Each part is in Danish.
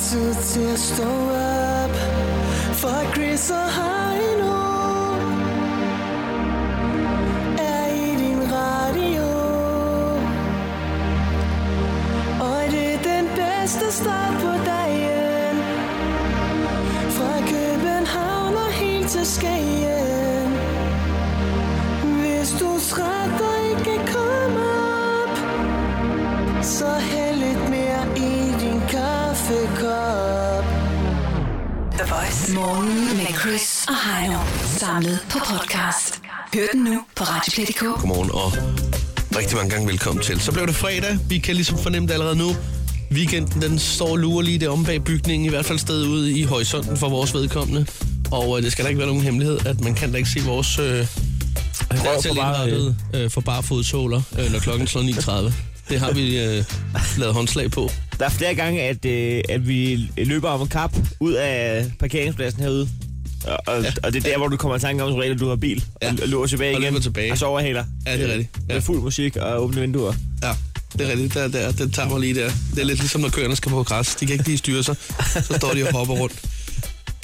次次 stå op For Chris og Heino Er i din radio Og det er den bedste start på dagen Fra København og helt til Skagen Hvis du er træt og ikke kan komme op Så hæld lidt mere i din kaffekop The Voice. Morgen med Chris og Heino. Samlet på podcast. Hør den nu på Radioplay.dk. Godmorgen og rigtig mange gange velkommen til. Så blev det fredag. Vi kan ligesom fornemme det allerede nu. Weekenden den står og lurer lige derom bag bygningen, i hvert fald stedet ude i horisonten for vores vedkommende. Og øh, det skal da ikke være nogen hemmelighed, at man kan da ikke se vores øh, for bare- dertil øh, for barefodsåler, øh, når klokken slår 9.30. Det har vi øh, lavet håndslag på. Der er flere gange, at, øh, at vi løber om en kap ud af parkeringspladsen herude. Og, og, ja. og det er der, hvor du kommer i tanke om, som regel, at du har bil, ja. Ja. og l- løber tilbage Og igen, løber tilbage. og så overhaler. Ja, det er rigtigt. Ja. Ja. Med fuld musik og åbne vinduer. Ja, det er rigtigt. Der, der, den tager mig lige der. Det er lidt ligesom, når køerne skal på græs. De kan ikke lige styre sig. Så står de og hopper rundt.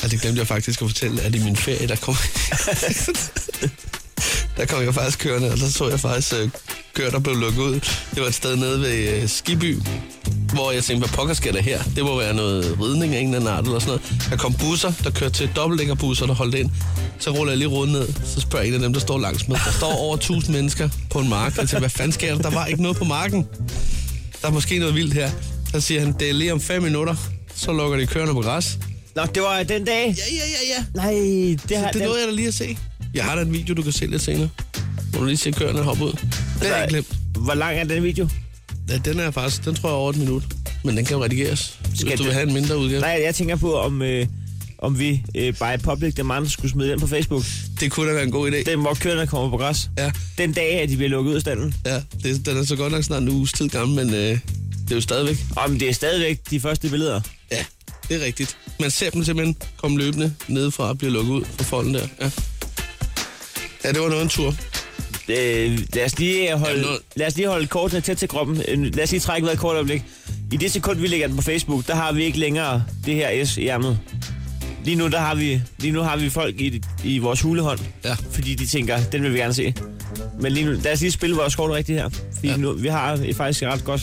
Og det glemte jeg faktisk at fortælle, at i min ferie, der kom... der kom jeg faktisk kørende, og så så jeg faktisk øh, køer, der blev lukket ud. Det var et sted nede ved øh, Skiby, hvor jeg tænkte, hvad pokker sker der her? Det må være noget ridning af en eller anden art eller sådan noget. Der kom busser, der kørte til dobbeltdækkerbusser, der holdt ind. Så ruller jeg lige rundt ned, så spørger jeg en af dem, der står langs med. Der står over 1000 mennesker på en mark. Jeg tænker, hvad fanden sker der? Der var ikke noget på marken. Der er måske noget vildt her. Så siger han, det er lige om 5 minutter, så lukker de køerne på græs. Nå, det var den dag. Ja, ja, ja, ja. Nej, det har... Det nåede jeg da lige at se. Jeg har da en video, du kan se lidt senere. Hvor du lige ser køerne hoppe ud. Det er ikke glemt. Hvor lang er den video? Ja, den er faktisk, den tror jeg er over et minut. Men den kan jo redigeres, Skal hvis du vil det- have en mindre udgave. Nej, jeg tænker på, om, øh, om vi øh, by public demand skulle smide den på Facebook. Det kunne da være en god idé. Den, hvor køerne kommer på græs. Ja, Den dag, at de bliver lukket ud af standen. ja det, den er så godt nok snart en uges tid gammel, men øh, det er jo stadigvæk. Om det er stadigvæk de første billeder. Ja, det er rigtigt. Man ser dem simpelthen komme løbende nedefra og bliver lukket ud fra folden der. Ja. ja, det var noget af en tur. Øh, lad, os lige holde, Jamen, nu- lad os lige holde kortene tæt til kroppen. Øh, Lad os lige trække vejret et kort øjeblik. I det sekund, vi lægger den på Facebook, der har vi ikke længere det her S i ærmet. Lige nu, der har vi, lige nu har vi folk i, i vores hulehånd, Ja, fordi de tænker, den vil vi gerne se. Men lige nu, lad os lige spille vores kort rigtigt her, fordi ja. Ja. nu, vi har et faktisk ret godt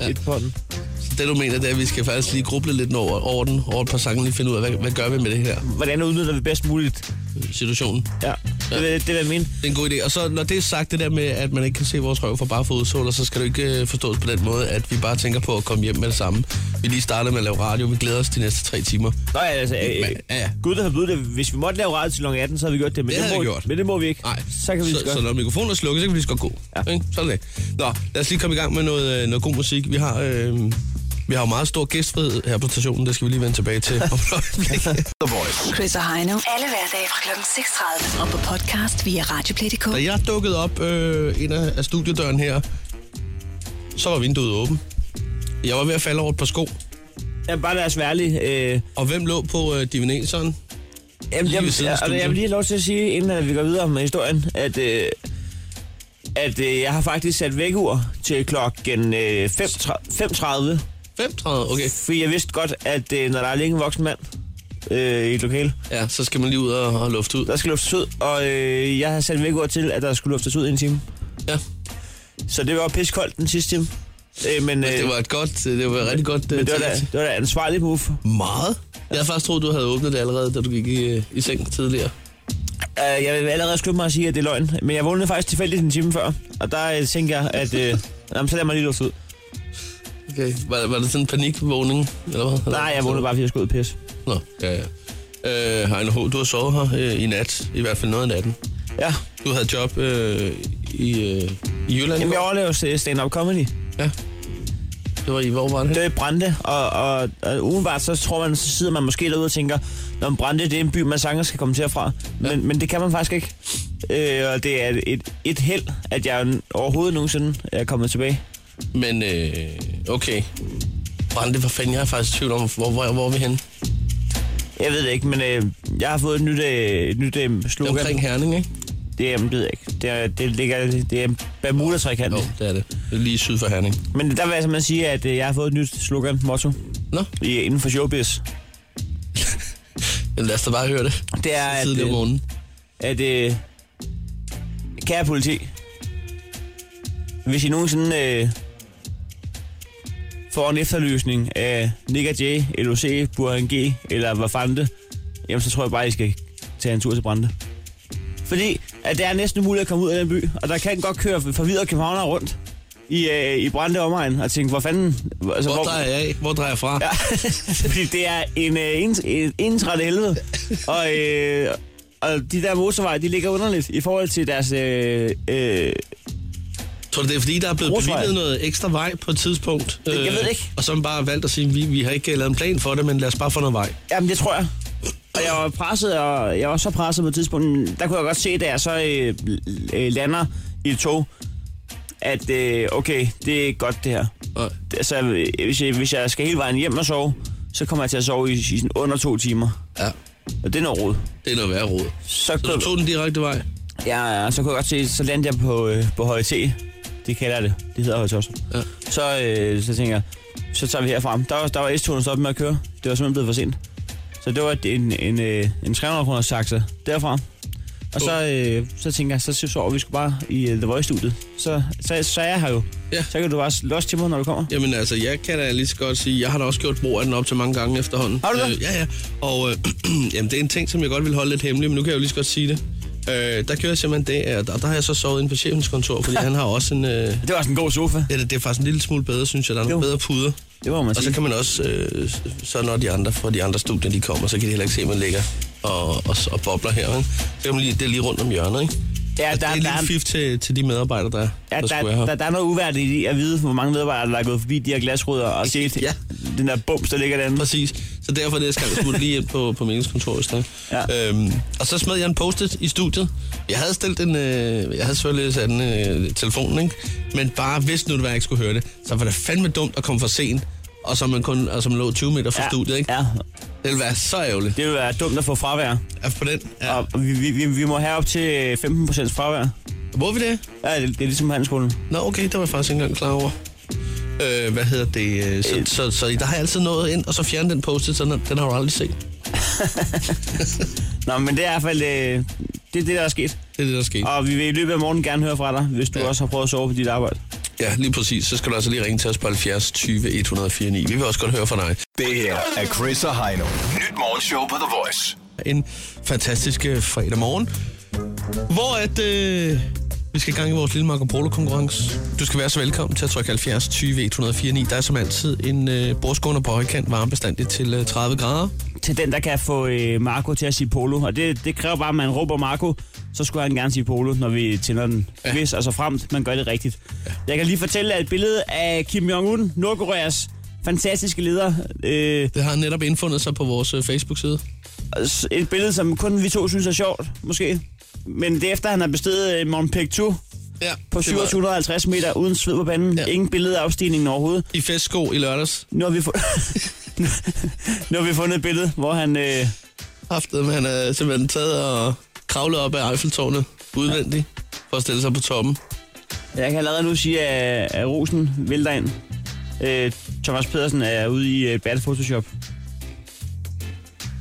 ja. Ja. et på den. så det du mener, det er, at vi skal faktisk lige gruble lidt over, over den, over et par sange, lige finde ud af, hvad, hvad gør vi med det her Hvordan udnytter vi bedst muligt? øh, situationen. Ja, det, vil- det vil jeg mene. Det er en god idé. Og så når det er sagt, det der med, at man ikke kan se vores røv fra bare fodsåler, så skal du ikke øh, forstås på den måde, at vi bare tænker på at komme hjem med det samme. Vi lige startede med at lave radio, vi glæder os de næste tre timer. Nå ja, altså, øh, Men- ja, ja. Gud der har budt det. Hvis vi måtte lave radio til kl. 18, så havde vi gjort det. Men Det det, havde må, jeg gjort. Men det må vi ikke. Nej, Så kan så, vi lige så så godt. når mikrofonen er slukket, så kan vi lige så godt gå. Ja. Ikke? Sådan det. Nå, lad os lige komme i gang med noget, øh, noget god musik. Vi har, øh, vi har jo meget stor gæstfrihed her på stationen, det skal vi lige vende tilbage til om et øjeblik. Chris og Heino. Alle hverdage fra kl. 6.30. Og på podcast via Radioplay.dk. Da jeg dukkede op øh, ind af af studiedøren her, så var vinduet åbent. Jeg var ved at falde over et par sko. Jamen, bare lad os være ærlige. Øh, Og hvem lå på øh, divineseren? Jamen, Lige jeg, ved siden af jeg, jeg, studiet. jeg vil lige have lov til at sige, inden at vi går videre med historien, at, øh, at øh, jeg har faktisk sat vækkeur til klokken øh, 5.30, 5.30, okay. fordi jeg vidste godt, at øh, når der er længe en voksen mand øh, i et lokale, Ja, så skal man lige ud og, og lufte ud. der skal luftes ud, og øh, jeg har sat vækkeur til, at der skulle luftes ud i en time. Ja, Så det var piskoldt den sidste time. Øh, men, øh, Altså, det var et godt, det var et rigtig godt øh, men det, var da, tiltag. det var da ansvarlig move. Meget. Jeg havde faktisk troet, du havde åbnet det allerede, da du gik i, øh, i seng tidligere. Uh, jeg vil allerede skynde mig at sige, at det er løgn, men jeg vågnede faktisk tilfældigt en time før, og der uh, tænkte jeg, at uh, jamen, så lad mig lige lufte ud. Okay. Var, var det sådan en panikvågning, eller hvad? Nej, jeg vågnede bare, fordi jeg skulle ud og pisse. Nå, ja, ja. Øh, Heino H., du har sovet her øh, i nat, i hvert fald noget af natten. Ja, Du havde job øh, i, øh, i Jylland. jamen, jeg overlevede øh, stand-up comedy. Ja. Det var i, hvor var det? Det var i Brande, og, og, og umiddelbart så tror man, så sidder man måske derude og tænker, når Brande, det er en by, man sagtens skal komme til og fra. Men, ja. men det kan man faktisk ikke. Øh, og det er et, et held, at jeg n- overhovedet nogensinde er kommet tilbage. Men, øh, okay. Brande, hvor fanden, jeg er faktisk i tvivl om, hvor, hvor, hvor er vi henne? Jeg ved det ikke, men øh, jeg har fået et nyt, øh, et nyt øh, Det er slogan. omkring Herning, ikke? Det, er, det ved jeg ikke. Det, er, det, ligger, det er bermuda Jo, det er det. Det er lige syd for Herning. Men der vil jeg simpelthen sige, at øh, jeg har fået et nyt slogan, motto. Nå, i, inden for showbiz. jamen lad os da bare høre det. Det er, at, Tidlig om øh, morgenen. at øh, kære politi, hvis I nogensinde øh, får en efterlysning af Nick J, LOC, Burhan G eller hvad fanden det, jamen så tror jeg bare, I skal tage en tur til Brande. Fordi at det er næsten umuligt at komme ud af den by, og der kan godt køre forvirrede københavnere rundt i, øh, i Brande omegn og tænke, hvor fanden... Altså, Hvor drejer jeg af? Hvor drejer jeg fra? Ja, fordi det er en øh, ens- en ensret helvede. Og, øh, og de der motorveje, de ligger underligt i forhold til deres... Øh, øh, Tror du, det er fordi, der er blevet Grusvej. bevilget noget ekstra vej på et tidspunkt? Øh, Det- jeg ved det ikke. Og så har man bare valgt at sige, vi, vi har ikke lavet en plan for det, men lad os bare få noget vej. jamen, det tror jeg. Og jeg var presset, og jeg var så presset på et tidspunkt. Der kunne jeg godt se, da jeg så øh, øh, lander i et tog, at øh, okay, det er godt det her. Og, Altså, øh, hvis jeg, hvis jeg skal hele vejen hjem og sove, så kommer jeg til at sove i, i sådan under to timer. ja, Og det er noget rod. det er noget værre råd. Så, Så du tog den direkte vej? Ja, ja, så kunne jeg godt se, så landte jeg på, øh, på Høje T. Det kalder jeg det. Det hedder Høje Tostrup. Ja. Så, øh, så tænker jeg, så tager vi herfra. Der var, der var S-turen stoppet med at køre. Det var simpelthen blevet for sent. Så det var en, en, øh, en 300 kroner sakse derfra. Og så, øh, så tænker jeg, så sover vi sgu bare i øh, The Voice-studiet. Så, så, så er jeg her jo. Ja. Så kan du bare losse til mig, når du kommer. Jamen altså, jeg kan da lige så godt sige, jeg har da også gjort brug af den op til mange gange efterhånden. Har du det? Øh, ja, ja. Og øh, jamen, det er en ting, som jeg godt vil holde lidt hemmelig, men nu kan jeg jo lige så godt sige det. Øh, der gjorde jeg simpelthen det, at og der har jeg så sovet inde på chefens kontor, fordi han har også en... Øh, Det var sådan en god sofa. det, er- det er faktisk en lille smule bedre, synes jeg. Der er nogle Jo. bedre puder. Det må man Og sige. så kan man også, øh, så når de andre fra de andre studier, de kommer, så kan de heller ikke se, at man ligger og, og, og bobler her. Ikke? Så kan man lige, det er lige rundt om hjørnet, ikke? Ja, Og der- det er en der er lille en- fif til, til de medarbejdere, der, Ja, der, der, skulle være der, her. der er noget uværdigt i at vide, hvor mange medarbejdere, der er gået forbi de her glasruder og set Ja. ja. den der bums, der ligger derinde. Præcis. Så derfor det skal jeg smutte lige ind på, på meningskontoret i stedet. Ja. Øhm, og så smed jeg en post i studiet. Jeg havde stillet en, øh, jeg havde selvfølgelig sat en øh, telefon, ikke? Men bare hvis nu det var, jeg ikke skulle høre det, så var det fandme dumt at komme for sent. Og så man kun, og som lå 20 meter fra Ja, studiet, ikke? Ja, Det ville være så ærgerligt. det vil være dumt at få fravær. Ja, på den. Ja. Ja. Og vi, vi, vi, vi må have op til 15% fravær. Må vi det? Ja, det, det er ligesom handelsskolen. Nå, okay, det var jeg faktisk ikke engang klar over. Øh, hvad hedder det? øh, Så, Øh. så, så, der har jeg altid noget ind, og så fjerne den post så den, den har du aldrig set. Nå, men det er i hvert fald øh, det, er det, der er sket. Det er det, der sker. Og vi vil i løbet af morgenen gerne høre fra dig, hvis du Ja. ja. også har prøvet at sove på dit arbejde. Ja, lige præcis. Så skal du altså lige ringe til os på 70 20 104 9. Vi vil også godt høre fra dig. Det her er Chris og Heino. Nyt morgenshow på The Voice. En fantastisk øh, fredag morgen, hvor at, øh, vi skal i gang i vores lille Marco Polo-konkurrence. Du skal være så velkommen til at trykke 70 20 104 9. Der er som altid en øh, bordskåner på højkant varmebestandigt til øh, 30 grader. Til den, der kan få øh, Marco til at sige polo. Og det, det kræver bare, at man råber Marco, så skulle han gerne sige polo, når vi tænder den. Ja. Ja. Hvis altså fremt, man gør det rigtigt. Ja. Jeg kan lige fortælle at et billede af Kim Jong-un, Nordkoreas fantastiske leder. Øh, Det har netop indfundet sig på vores øh, Facebook-side. s- et billede, som kun vi to synes er sjovt, måske. Men det er efter, han har besteget øh, Mont Pictou Ja, på det var 750 meter uden sved på panden. Ja. Ja. Ingen billede af afstigningen overhovedet. I festsko i lørdags. Nu har vi, fu- nu har vi fundet et billede, hvor han... Øh, haft det, men han er øh, simpelthen taget og kravlet op af Eiffeltårnet udvendigt for at stille sig på toppen. jeg kan allerede nu sige, at, at rosen vælter ind. Øh, Thomas Pedersen er ude i et bad Photoshop.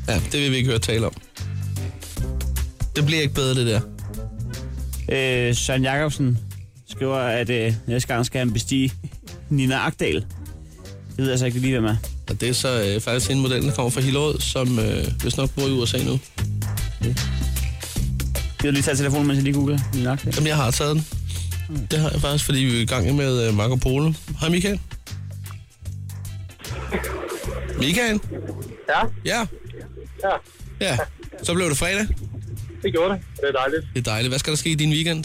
Ja, det vil vi ikke høre tale om. Det bliver ikke bedre, det der. Øh, Søren Jacobsen skriver, at øh, næste gang skal han bestige Nina Agdal. Det ved jeg så ikke lige, hvem er. Og det er så øh, faktisk en model, der kommer fra Hillerød, som øh, hvis nok bor i USA nu. Gider du lige tage telefonen, mens jeg lige googler Nina Agdal? Jamen, jeg har taget den. Det har jeg faktisk, fordi vi er i gang med øh, Marco Polo. Hej, Michael. Michael? Ja, Ja? ja, Ja. Så blev det fredag. det gjorde det. Det er dejligt. Det er dejligt. Hvad skal der ske i din weekend?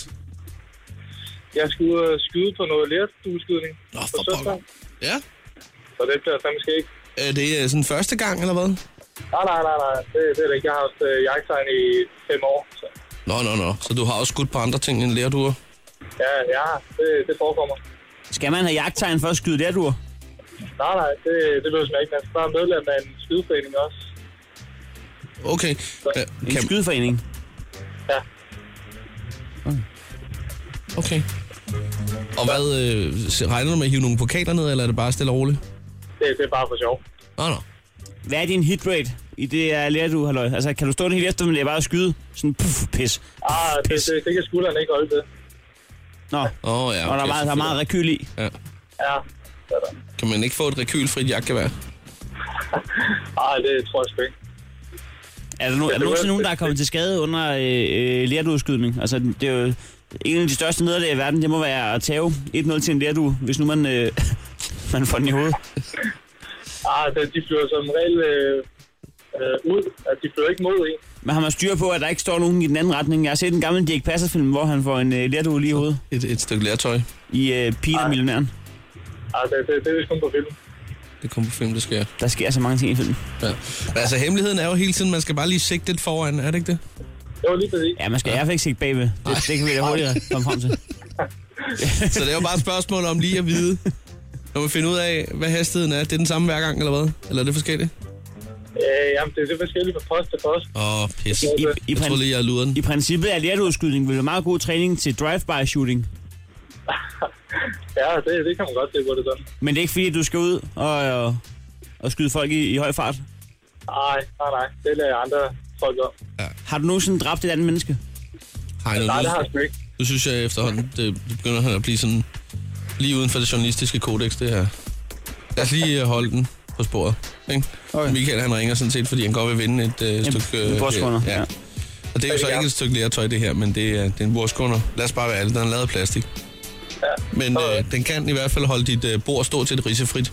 Jeg skal ud og skyde på noget lærdueskydning Nå, på for søndag, pokker. Ja? så det bliver fandme skægt. Er det øh, sådan første gang, eller hvad? Nej, nej, nej, nej. Det, det er det ikke. Jeg har haft øh, jagttegn i fem år, så Nå, nå, nå. Så du har også skudt på andre ting end lærduer? ja, ja det, det forekommer. Skal man have jagttegn for at skyde der, du? Nej, nej, det, det løser mig ikke. Man skal bare medlem af en skydeforening også. Okay. Øh, En kan, skydeforening. Ja, okay. Og hvad, øh, regner du med at hive nogle pokaler ned, eller er det bare stille og roligt? det, det er bare for sjov. Nå, nå. Hvad er din hitrate i det her lærer du, halløj? Altså, kan du stå den hele eftermiddag bare og skyde? Sådan, puff, pis. Ah, det, Pis. det, det kan skulderen ikke holde til. Nå, Åh, oh, ja. og der er meget, der er meget rekyl i. Ja. Ja, sådan. Kan man ikke få et rekylfrit jagtgevær? Ah, det tror jeg sgu ikke. Er der, no, er der det nogensinde var- nogen, der er kommet til skade under øh, øh, lærdueskydning? Altså, det er jo en af de største nederlag i verden, det må være at tage 1-0 til en lærdue, hvis nu man, øh, man får den i hovedet. Ah, det, de flyver som regel øh, øh, ud. Altså, de flyver ikke mod en. Men har man styr på, at der ikke står nogen i den anden retning? Jeg har set en gammel Dirk Passer-film, hvor han får en øh, lærdue lige i hovedet Et, et stykke lærtøj. i øh, Pigen og Millionæren. Ah, det, det, det er vist kun på film. Det kommer på film, det sker. Der sker så mange ting i filmen. Ja. Men altså, hemmeligheden er jo hele tiden, man skal bare lige sigte lidt foran, er det ikke det? Det var lige præcis. Ja, man skal i hvert fald ikke se bagved. Det, det kan vi da hurtigt komme frem til. Så det er jo bare et spørgsmål om lige at vide, når man finder ud af, hvad hastigheden er. Det er den samme hver gang, eller hvad? Eller er det forskelligt? Øh, jamen, det, det er forskelligt fra post til post. Åh, oh, pis. I, i, Jeg tror prin- lige, jeg er luderen. I princippet er lærdueskydning vel en meget god træning til drive-by-shooting. Ja, det, det kan man godt se på det sådan. Men det er ikke fordi, du skal ud og, og, og skyde folk i, i høj fart. Nej, nej, nej. Det lader jeg andre folk om. Har du nogensinde dræbt et andet menneske? Hej, nu, Nej, det har jeg nu, sgu ikke. nu synes jeg efterhånden, det, det begynder han at blive sådan lige uden for det journalistiske kodex, det her. Lad os lige øh, holde den på sporet. Ikke? Okay. Okay. Michael, han ringer sådan set, fordi han godt vil vinde et øh, stykke... øh, bordskunder, ja. Og det er jo så ikke et stykke lærtøj, det her, men det er, det er en bordskunder. Lad os bare være alle, den er lavet af plastik. Ja. Men øh, den kan i hvert fald holde dit øh, bord stå til et risefrit.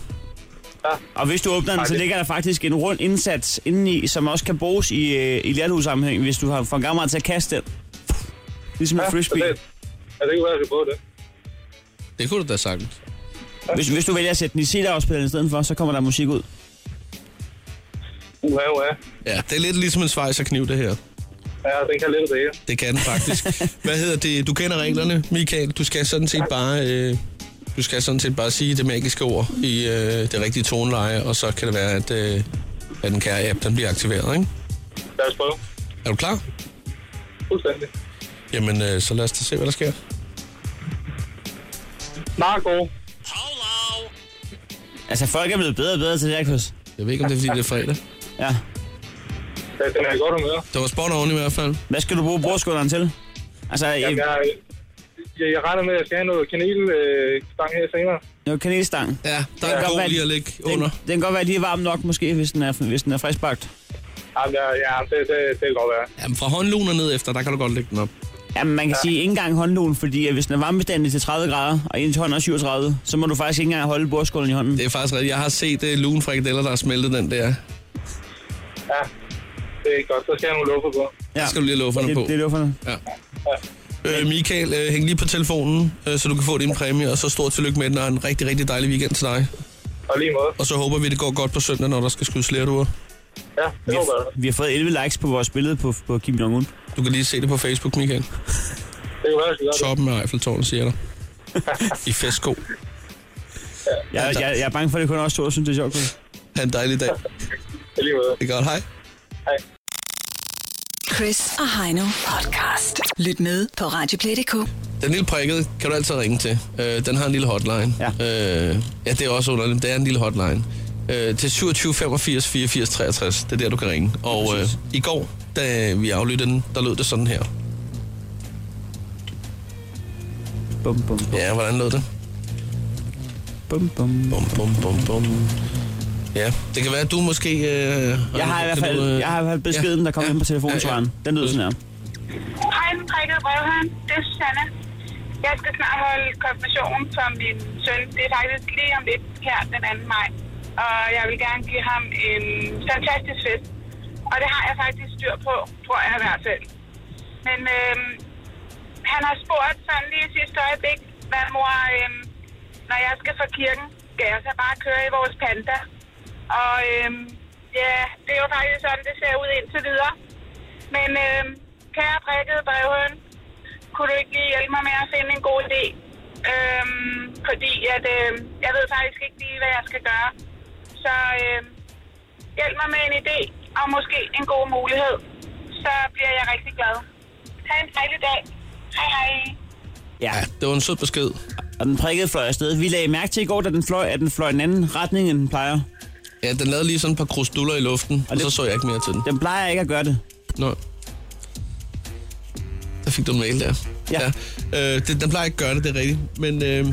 Og hvis du åbner den, så det- ligger der faktisk en rund indsats indeni, som også kan bruges i, øh, i lærduesammenhæng, hvis du har for en gammel til at kaste den. Ligesom en Ja, så frisbee. det, ja, det kan være, at jeg skal på det. Det kunne du da sagtens. Hvis, hvis du vælger at sætte den i CD-afspilleren i stedet for, så kommer der musik ud. Uha, uha. Ja, det er lidt ligesom en svejserkniv, det her. Ja, den kan lidt det hele. Det kan den faktisk. Hvad hedder det? Du kender reglerne, Michael. Du skal sådan set bare... Øh, du skal sådan set bare sige det magiske ord i øh, det rigtige toneleje, og så kan det være, at, øh, at den kære app den bliver aktiveret, ikke? Lad os prøve. Er du klar? Fuldstændig. Jamen, øh, så lad os da se, hvad der sker. Marco. Altså, folk er blevet bedre og bedre til det her, Chris. Jeg ved ikke, om det er, fordi det er fredag. Ja. Ja, den er i godt humør. Det var spot on i hvert fald. Hvad skal du bruge bordskunderen til? Altså, Jeg, øh, jeg, jeg, jeg regner med, at jeg skal have noget kanelstang her senere. noget kanelstang. Ja, der Den er kan en god være- lige at ligge Den, under. den kan godt være lige varm nok, måske, hvis den er, hvis den er friskbagt. Jamen, ja, ja det, det, det kan godt være. Jamen, fra håndluner ned efter, der kan du godt lægge den op. Jamen, man kan ja. sige ikke engang håndlugen, fordi at hvis den er varmebestandig til 30 grader, og ens hånd er 37, så må du faktisk ikke engang holde bordskålen i hånden. Det er faktisk rigtigt. Jeg har set uh, lun frikadeller, der har smeltet den der. Ja, det er godt. Så skal jeg have nogle luffer på. ja. skal du lige have lufferne det, på. Det, det er lufferne. Øh, Michael, øh, hæng lige på telefonen, øh, så du kan få din præmie, og så stort tillykke med den, og en rigtig, rigtig dejlig weekend til dig. Og lige måde. Og så håber vi, det går godt på søndag, når der skal skydes lærduer. Ja, det håber jeg. Vi har fået 11 likes på vores billede på, på Kim Jong-un. Du kan lige se det på Facebook, Michael. Det kan være, at jeg skal gøre det. Toppen af Eiffeltårnet, siger jeg dig. I festsko. Jeg, jeg, jeg er bange for, at det kun er os to, der synes, det er sjovt. Chris. Ha' en dejlig dag. I lige måde. Det er godt, hej. Chris og Heino podcast. Lyt med på Radioplay.dk. Den lille prikkede kan du altid ringe til. Øh, den har en lille hotline. Ja. Øh, ja, det er også underligt. Det er en lille hotline. Øh, til 27 85 84 63. Det er der, du kan ringe. Og øh, i går, da vi aflyttede den, der lød det sådan her. Bum, bum, bum, Ja, hvordan lød det? bum, bum. Bum, bum, bum, bum. Ja, det kan være, at du måske... Øh, Jeg har i hvert fald, jeg har i hvert fald beskeden, der kom ja, ind på telefonsvaren. ja, Mm. Den lyder sådan her. Hej, den prikkede brevhøn. Det er Susanne. Jeg skal snart holde konfirmation for min søn. Det er faktisk lige om lidt her den 2. maj. Og jeg vil gerne give ham en fantastisk fest. Og det har jeg faktisk styr på, tror jeg i hvert fald. Men øhm, han har spurgt sådan lige i sidste øjeblik, hvad mor, øhm, når jeg skal fra kirken, skal jeg så bare køre i vores panda? Og øhm, ja, det er jo faktisk sådan, det ser ud indtil videre. Men øh, kære prikkede brevhøn, kunne du ikke lige hjælpe mig med at finde en god idé? Øhm, fordi at, øh, jeg ved faktisk ikke lige, hvad jeg skal gøre. Så øh, hjælp mig med en idé, og måske en god mulighed. Så bliver jeg rigtig glad. Ha' en dejlig dag. Hej hej. Ja, Ja, det var en sød besked. og den prikkede fløj afsted. Vi lagde mærke til i går, da den fløj, at den fløj en anden retning, end den plejer. Ja, den lavede lige sådan et par krusduller i luften, og, det- så så jeg ikke mere til den. Den plejer ikke at gøre det. Nå. Der fik du en mail der. Ja. ja. Øh, det, den plejer ikke at gøre det, det er rigtigt. Men øh,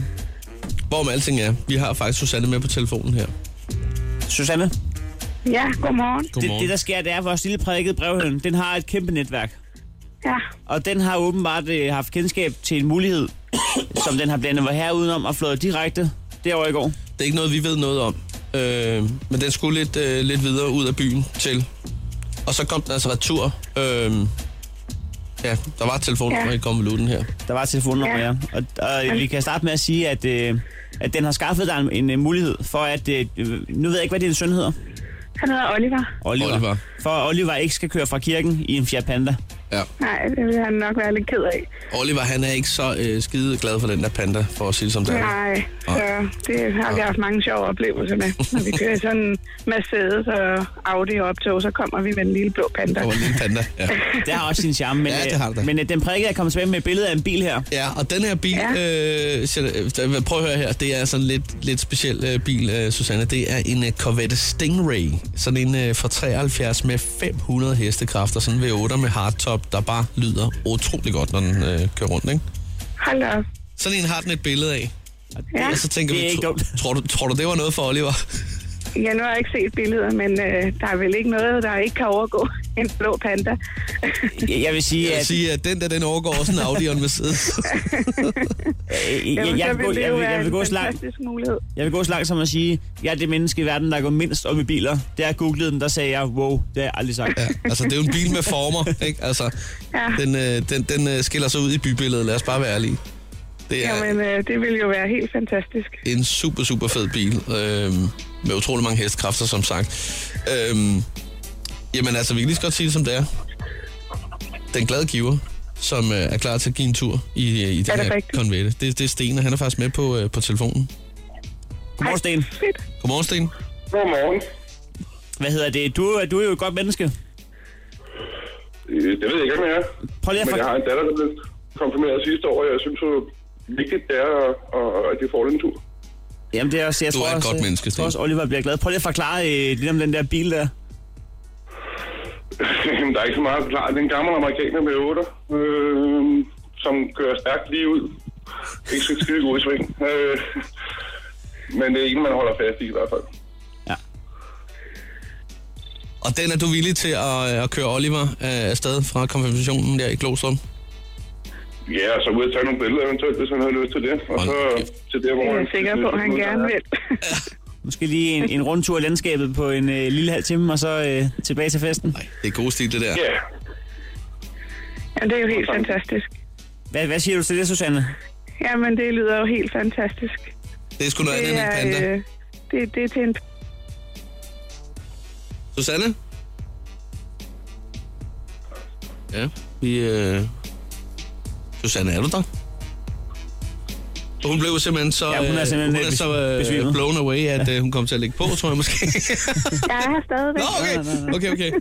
hvorom alting er, vi har faktisk Susanne med på telefonen her. Susanne, Ja, godmorgen. det, det, der sker, det er, at vores lille prædikede brevhøn, den har et kæmpe netværk. Ja, Og den har åbenbart øh, haft kendskab til en mulighed, som den har blandet var her udenom og flået direkte derover i går. Det er ikke noget, vi ved noget om. Øh, men den skulle lidt, øh, lidt videre ud af byen til. Og så kom den altså retur. Øh, ja, der var et telefonnummer Ja. i konvoluten her. Der var et telefonnummer, ja. Ja. ja. Og, og øh, vi kan starte med at sige, at, øh, at den har skaffet dig en, en øh, mulighed for, at... Øh, nu ved jeg ikke, hvad din søn hedder. han hedder Oliver. Oliver. Oliver. For at Oliver ikke skal køre fra kirken i en Fiat Panda. Ja. Nej, det vil han nok være lidt ked af. Oliver, han er ikke så øh, skide glad for den der panda, for at sige det som det er. Nej, Ah. så det har vi haft mange sjove oplevelser med. Når vi kører i sådan en Mercedes og Audi optog, så kommer vi med en lille blå panda. Og en lille panda, ja. Det har også sin charme, men, Ja, øh, det har det da. men øh, den prikkede er kommet tilbage med et billede af en bil her. Ja, og den her bil, ja. øh, Sjæl- øh, der- prøv at høre her, det er sådan en lidt, lidt speciel øh, bil, øh, Susanne. Det er en øh, Corvette Stingray, sådan en øh, fra 73 med 500 hestekræfter, sådan en V8 med hardtop, der bare lyder utrolig godt, når den øh, kører rundt, ikke? Hold da op. Sådan en har den et billede af, Ja. og så tænker Det er vi, ikke tro- dumt. tror, du, tror du, det var noget for Oliver? Ja, nu har jeg ikke set billeder, men øh, der er vel ikke noget, der ikke kan overgå en blå panda. Jeg, jeg vil sige, Jeg vil at... sige, at den der, den overgår også en Audi og en Mercedes. øh, jeg, jeg, Jamen, så jeg, vil gå- det jeg, jo vil- jeg være vil gå en så langt, fantastisk mulighed. jeg vil gå så langt som at sige, jeg er det menneske i verden, der går mindst om i biler. Da jeg googlede den, der sagde jeg, wow, det har jeg aldrig sagt. Ja, altså, det er jo en bil med former, ikke? Altså, Ja. den, øh, den, den øh, skiller sig ud i bybilledet, lad os bare være ærlige. Det er, Jamen, øh, det ville jo være helt fantastisk. en super, super fed bil, øh, med utrolig mange hestekræfter, som sagt. Øh, jamen altså, vi kan lige så godt sige det, som det er. Den glade giver, som øh, er klar til at give en tur i, i den Er det her rigtigt? konvette. Det, det er Sten, og han er faktisk med på, øh, på telefonen. Godmorgen, Sten. Fedt. Godmorgen, Sten. Godmorgen. Hvad hedder det? Du, er- du er jo et godt menneske. Øh, Det ved jeg ikke, om jeg er. Prøv lige at Men jeg for... har en datter, der blev konfirmeret sidste år, og jeg synes jo, vigtigt det er, at- at- at de får den tur. Jamen, det er også, jeg Du tror er et også, godt øh, menneske, Jeg tror Sten. også, Oliver bliver glad. Prøv lige at forklare øh, lidt om den der bil der. der er ikke så meget at forklare. Det er en gammel amerikaner med 8, øh, som kører stærkt lige ud. Ikke så skide god i sving. Øh, men det er en, man holder fast i i hvert fald. Ja. Og den er du villig til at, øh, at køre Oliver øh, afsted fra konfirmationen der i Glostrup? Ja, og så ud og tage nogle billeder eventuelt, hvis han havde lyst til det. Og Hold så kæft. til det, hvor Det er jeg han- sikker på, at han gerne vil. Måske lige en, en rundtur i landskabet på en øh, lille halv time, og så øh, tilbage til festen. Nej, det er god stil, det der. Ja, Jamen, det er jo helt fantastisk. Hvad, hvad siger du til det, Susanne? Jamen, det lyder jo helt fantastisk. Det er sgu noget andet Det end en er, panda. øh, det, det er til en... Susanne? Ja, vi... Øh... Susanne, er du der? Hun blev simpelthen så, Ja, hun er simpelthen øh, hun er bes- så øh, besvimet. blown away, at øh, hun kom til at lægge på, tror jeg måske. Jeg er her stadigvæk. Nå, okay. okay, okay.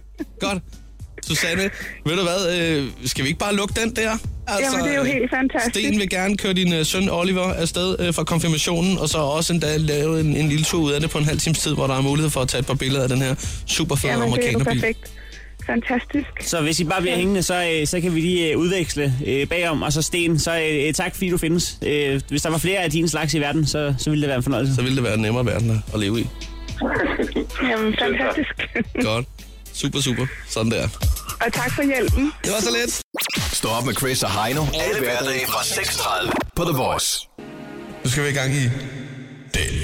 Godt. Susanne, ved du hvad, øh, skal vi ikke bare lukke den der? Altså, Jamen, det er jo øh, helt fantastisk. Sten vil gerne køre din øh, søn Oliver afsted øh, fra konfirmationen, og så også endda lave en, en lille tur ud af det på en halv times tid, hvor der er mulighed for at tage et par billeder af den her super fede Jamen, det er jo amerikanerbil. perfekt. Fantastisk. Så hvis I bare bliver hængende, så, øh, så kan vi lige øh, udveksle øh, bagom, og så Sten, så øh, øh, tak fordi du findes. Øh, hvis der var flere af din slags i verden, så, så ville det være en fornøjelse. så ville det være en nemmere verden at- at leve i. Jamen, fantastisk. Godt. Super, super. Sådan der. Og tak for hjælpen. Det var så let. Stå op med Chris og Heino. Alle hverdage fra 6.30 på The Voice. Nu skal vi i gang i... Den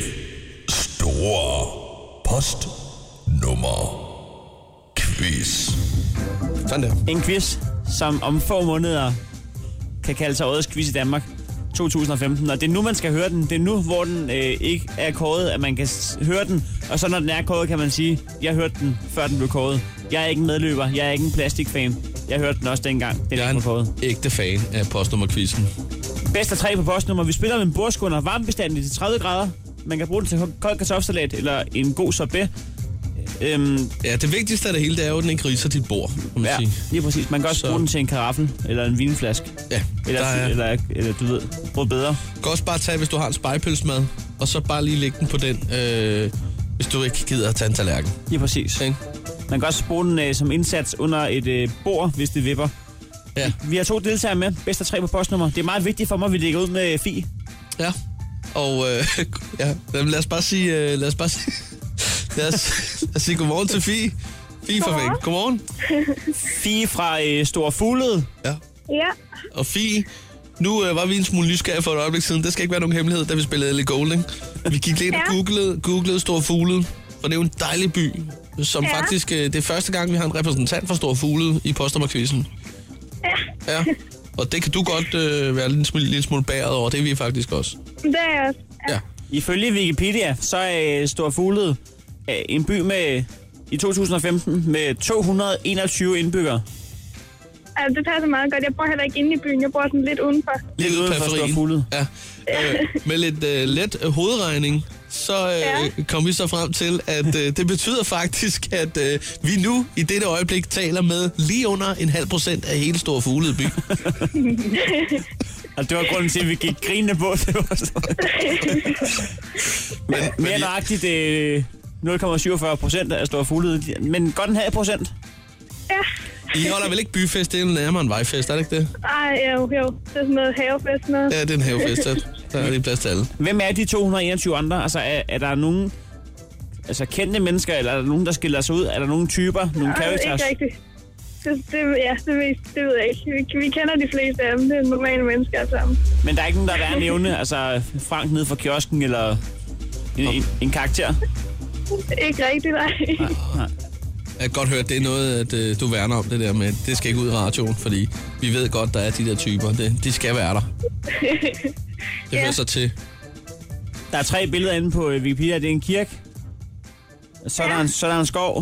store post nummer quiz. Sådan der. En quiz, som om få måneder kan kalde sig årets quiz i Danmark 2015. Og det er nu, man skal høre den. Det er nu, hvor den øh, ikke er kåret, at man kan s- høre den. Og så når den er kåret, kan man sige, jeg hørte den, før den blev kåret. Jeg er ikke en medløber. Jeg er ikke en plastikfan. Jeg hørte den også dengang, den Jeg ikke er blev en kåret. ægte fan af postnummerquizzen. Bedst af tre på postnummer. Vi spiller med en bordskunder varmebestandig til 30 grader. Man kan bruge den til kold kartoffelsalat eller en god sorbet. Øhm, Ja, det vigtigste af det hele, det er jo, at den ikke riser dit bord, kan man ja, sige. lige præcis. Man kan også Så- bruge den til en karaffel eller en vinflaske. Ja, Eller, der er, eller, eller, eller, du ved, brug bedre. Du kan også bare tage, hvis du har en spejpølsmad, og så bare lige lægge den på den. Øh, hvis du ikke gider at tage en tallerken. Ja, præcis. Ikke? Man kan også bruge den øh, som indsats under et øh, bord, hvis det vipper. Ja. Vi har to deltagere med. Bedst af tre på postnummer. Det er meget vigtigt for mig, at vi lægger ud med øh, fi. Ja. Og øh, ja, jamen, lad os bare sige, øh, lad os bare sige, lad os, lad os sige godmorgen til Fie. Fie for fanden. Godmorgen. Fi fra øh, Store Fuglede. Ja. Ja, Og Fie, nu øh, var vi en smule nysgerrige for et øjeblik siden. Det skal ikke være nogen hemmelighed, da vi spillede lidt Golding. Vi gik lidt ind og Ja. googlede, googlede Stor Fuglede, for det er jo en dejlig by, som ja. Ja. faktisk, øh, det er første gang, vi har en repræsentant for Stor Fuglede i postnummerquizzen. ja. Ja. Og det kan du godt øh, være en lille smule, lille smule bæret over, det er vi faktisk også. det er jeg også. Ja. Ifølge Wikipedia, så er øh, Store Fuglede øh, en by med i 2015 med 221 indbyggere. Ja, Altså, det passer meget godt. Jeg bor heller ikke inde i byen. Jeg bor sådan lidt udenfor. Lidt uden for periferien. Store Fuglede. Ja. Øh, med lidt øh, let øh, hovedregning, så øh, ja. Ja. kom vi så frem til, at øh, det betyder faktisk, at øh, vi nu i dette øjeblik taler med lige under en halv procent af hele Store Fuglede by. Og Altså, det var grunden til, at vi gik grinende på. Det var sådan- Men, men, Mere nøjagtigt øh, 0,47 procent af Store Fuglede. Men godt en halv procent. Ja. I holder vel ikke byfest, det er nærmere en vejfest, er det ikke det? Ej, jo, jo. Det er sådan noget havefest noget. Ja, det er en havefest, der, der er lige plads til alle. Hvem er de 221 andre? Altså, er, er der nogen altså, kendte mennesker, eller er der nogen, der skiller sig ud? Er der nogen typer, nogle Ej, characters? ikke rigtigt. Det, det, ja, det, ved- det ved jeg ikke. Vi, vi kender de fleste af dem. Det er normale mennesker alle sammen. Men der er ikke nogen, der er værd at nævne? Altså, Frank nede fra kiosken, eller en, en, en karakter? Ikke rigtigt, nej. Jeg kan godt høre, at det er noget, at øh, du værner om det der med, det skal ikke ud i radioen, fordi vi ved godt, der er de der typer. Det, de skal være der. Det hører Ja. sig til. Der er tre billeder inde på øh, Wikipedia. Det er en kirke. Så er, der en, så er der en skov.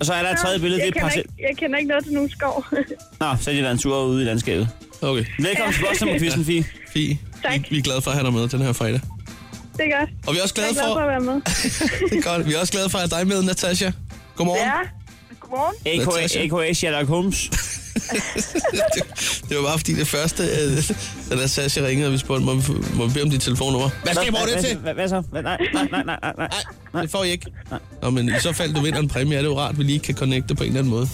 Og så er der et tredje billede, jeg, det er et kender parcel. ikke, jeg kender ikke noget til nogen skov. Nå, så er de været en tur ude i landskabet. Okay, Velkommen til Boston-quizzen, Fie. Fie, Tak. vi, vi er glade for at have dig med den her fredag. det er godt. Og vi er også Jeg er glade glad for, for at være med. Det er godt. Vi er også glade for at have dig med, Natasha. Godmorgen. Ja. Godmorgen. A.K.A. AKA Sherlock Holmes. Det var bare fordi det første, øh, da Natasha ringede, og vi spurgte, må vi, få- må vi bede om dit telefonnummer. Hvad skal jeg bruge det til? Hvad, hvad så? Hvad, nej, nej, nej, nej, nej. Nej, det får I ikke. Nå, men i så fald, du vinder en præmie, er det jo rart, at vi lige kan connecte på en eller anden måde.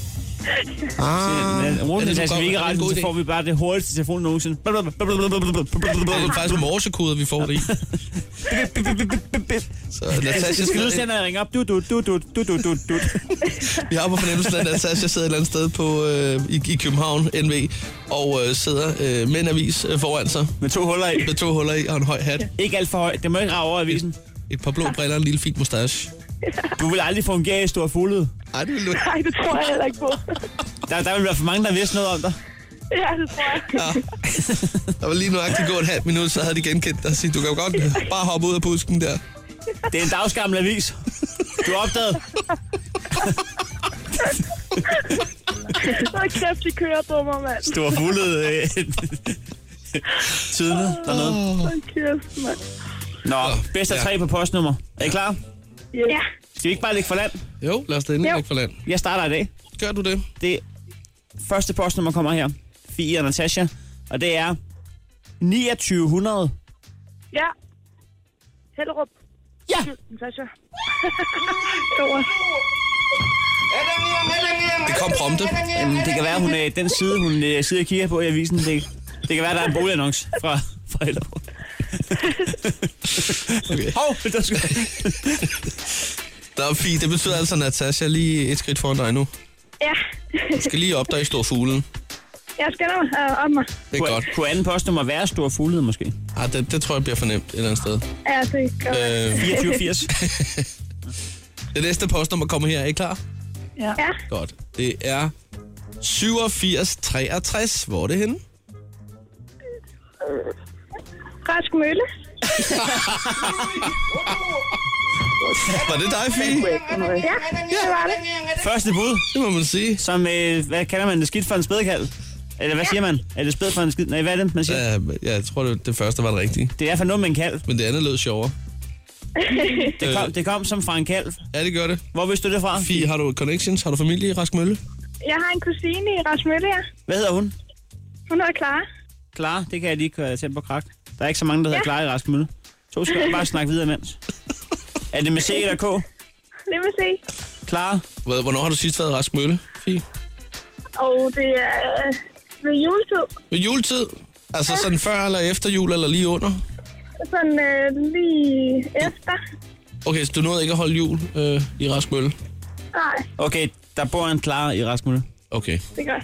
Ah, Men er Rosen det, det, du tager går- vi ikke er det en ret, god så idé? får vi bare det hurtigste telefon nogensinde. det er faktisk morsekoder, vi får det i. Så Natasha Skal du skal sende og ringe op? Du, du, du, du, du, du, du, du. Vi har på fornemmelsen, at Natasha sidder et eller andet sted på, øh, i, i København, NV, og øh, sidder øh, med en avis øh, foran sig, Med to huller i. med to huller i og en høj hat, Ikke alt for højt. Det må ikke rave over avisen. et par blå briller og en lille fin mustache. Du vil aldrig fungere i stor fuglede. Ej, det vil du ikke. Nej, det tror jeg heller ikke på. Der, der vil være for mange, der vidste noget om dig. ja, det tror jeg. Der var lige nøjagtigt gået et halvt minut, så havde de genkendt dig og sige, du kan jo godt bare hoppe ud af busken der. Det er en dagsgammel avis. Du er opdaget. Hvor kæft, de kører på mig, mand. Stor fuglede. Øh, Tidene dernede. Hvor kæft, mand. Nå, bedst af Ja. tre på postnummer. Er I klar? Ja. Skal vi ikke bare lægge for land? Jo, lad os da endelig Jo. ikke for land. Jeg starter i dag. Gør du det? Det første postnummer kommer her. Fie og Natasha. Og det er 2900. Ja. Hellerup. Ja! Natasha. Stor. Det kom prompte. Jamen, det kan være, hun er den side, hun øh, sidder og kigger på i avisen. Det, det kan være, der er en boligannonce fra, fra Hellerup. Okay. Hov, det var sgu- Der er fint. Det betyder altså, Natasha, lige et skridt foran dig nu. Ja. Du skal lige op dig i stor fuglen. Jeg skynder mig øh, om mig. Det er godt. kunne, kunne anden postnummer være stor fuglede, måske? Ej, det, det tror jeg bliver fornemt et eller andet sted. Ja, det gør jeg. Øh, 2480. det næste postnummer kommer her. Er I klar? Ja. Godt. Det er 8763. Hvor er det henne? Rask Mølle. Var det dig, Fie? Ja, det var det. Første bud, Det må man sige. som, øh, hvad kalder man det, skidt for en spædekald? Eller hvad siger man? Er det spæd for en skid? Nej, hvad er det, man siger? Ja, jeg tror, det, det første var det rigtige. Det er for noget med en kalv. Men det andet lød sjovere. Det kom, det kom som fra en kalv. Ja, det gør det. Hvor vidste du det fra? Fie, har du connections? Har du familie i Rask Mølle? Jeg har en kusine i Rask Mølle, ja. Hvad hedder hun? Hun hedder Clara. Klar, det kan jeg lige køre til på krak. Der er ikke så mange, der hedder Klar i Rask Mølle. To skal bare snakke videre imens. Er det med C eller K? Det vil se. Klar? Hvornår har du sidst været rask mølle? Fie? Og det er øh, ved juletid. Ved juletid? Altså sådan før eller efter jul, eller lige under? Sådan øh, lige efter. Okay, så du nåede ikke at holde jul øh, i rask mølle? Nej, Okay, der bor en klar i rask mølle. Okay. det gør jeg.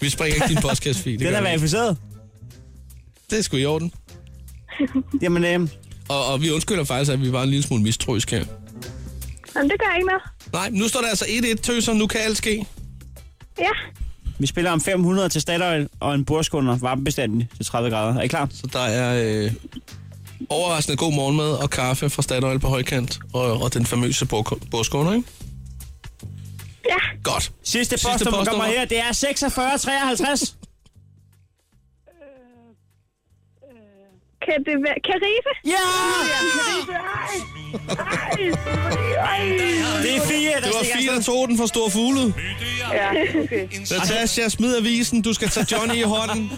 Vi springer ikke din podcast, Fie. Det Den gør er vi ikke. verificeret. Det er sgu i orden. Jamen, øh, Og, og vi undskylder faktisk, at vi var en lille smule mistroiske her. Jamen, det gør jeg ikke noget. Nej, nu står der altså 1-1 tøser, nu kan alt ske. Ja, vi spiller om 500 til Statoil og en bordskunder varmebestandig til 30 grader. Er I klar? Så der er øh, overraskende god morgenmad og kaffe fra Statoil på højkant, og, og den famøse borskåner, ikke? ja. Godt. Sidste postnummer kommer her. Det er 46 53. Kan det være... Kan Rife? Ja! Ej, ej, ej. Det er fire, der Det var stikker fire, der afsted. tog den fra Stor Fugle. Ja, okay. Natasha, smid avisen. Du skal tage Johnny i hånden.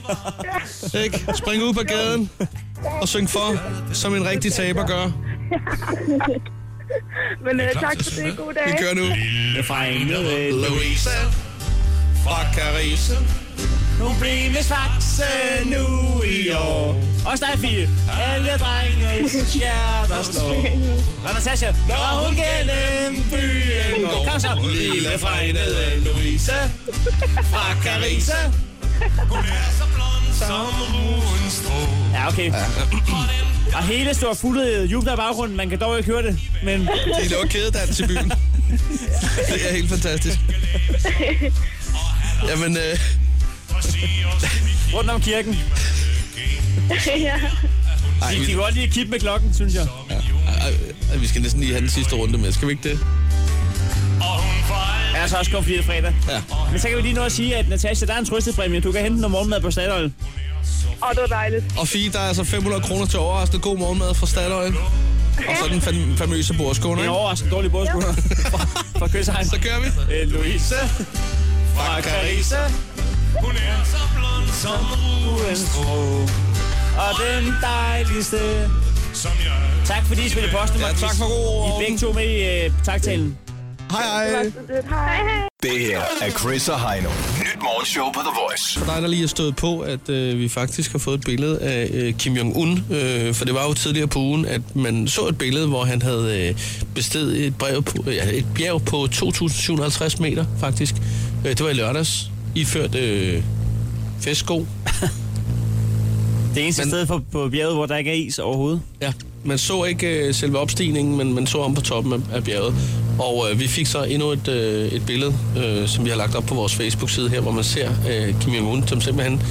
Ikke? Spring ud på gaden og syng for, som en rigtig taber gør. Men øh, tak for det. God dag. Vi kører nu. Det er fra en øh, Louise fra Carise. Nu bliver med svakse nu i år. Og dig, Fie. Alle drenges hjerter slår. Og Natasha, når hun gennem byen går. Kom så. Lille fregnede Louise fra Carise. Ja, okay. Og hele står fuldet jubler i baggrunden. Man kan dog ikke høre det, men... De laver kædedans i byen. Det er helt fantastisk. Jamen, øh, rundt om kirken. Ja. ej, De vi, kan godt lige kigge med klokken, synes jeg. ej, vi skal næsten lige have den sidste runde med. Skal vi ikke det? Jeg er så også kun fordi det er fredag. Ja. Men så kan vi lige nå at sige, at Natasha, der er en trøstepræmie. Du kan hente den om morgenmad på Statoil. Åh, det var Øh. dejligt. Og Fie, der er altså 500 kroner til overraskende god morgenmad fra Statoil. Og så den fam- famøse bordskåne, En ikke? overraskende dårlig bordskunder. Fra- Fra Køsheim. Så kører vi. Øh, Louise. Fra Carissa. Hun er så blond som ruens strå. Og den dejligste. Tak fordi I spillede postnummer. Ja, tak for god I er orden. begge to med i øh, taktalen. Hej, hej. Hej, hej. Det her er Chris og Heino. Nyt morgenshow på The Voice. For dig, der lige er stået på, at øh, vi faktisk har fået et billede af øh, Kim Jong-un. Øh, for det var jo tidligere på ugen, at man så et billede, hvor han havde øh, bestedet et, brev på, øh, et bjerg på 2.750 meter, faktisk. Øh, det var i lørdags, iført øh, festsko. Det eneste Men- sted på, på bjerget, hvor der ikke er is overhovedet. Ja. Man så ikke øh, selve opstigningen, men man så om på toppen af, af bjerget. Og øh, vi fik så endnu et, øh, et billede, øh, som vi har lagt op på vores Facebook-side her, hvor man ser øh, Kim Jong-un, som simpelthen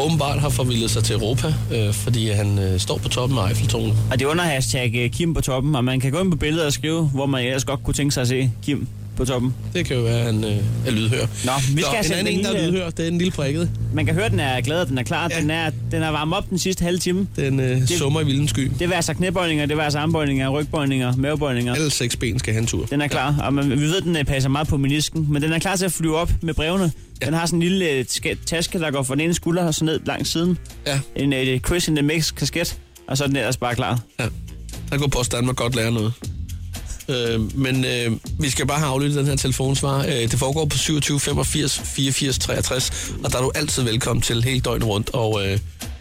åbenbart har forvildet sig til Europa, øh, fordi han øh, står på toppen af Eiffeltårnet. Og det er under hashtag øh, Kim på toppen, og man kan gå ind på billedet og skrive, hvor man ellers godt kunne tænke sig at se Kim på toppen. Det kan jo være, at han øh, er lydhør. Nå, vi skal have en sendt anden en en, der er lille- lydhør, det er en lille prikket. Man kan høre, den er glad, og den er klar, Ja. ja. den, er, den er varmet op den sidste halve time. Den øh, summer i vildens sky. Det vil altså knæbøjninger, det vil altså armbøjninger, rygbøjninger, mavebøjninger. Alle seks ben skal have en tur. Den er klar, og man, vi ved, at den øh, passer meget på menisken, men den er klar til at flyve op med brevene. Ja. Den har sådan en lille øh, ska- taske, der går fra den ene skulder og så ned langs siden. Ja, En uh, Chris in the Mix kasket, og så er den ellers bare klar. ja. Der kunne påstanden mig godt lære noget. Øh, men øh, vi skal bare have aflyttet den her telefonsvar. Øh, det foregår på 27 85 84 63, og der er du altid velkommen til hele døgnet rundt og, øh,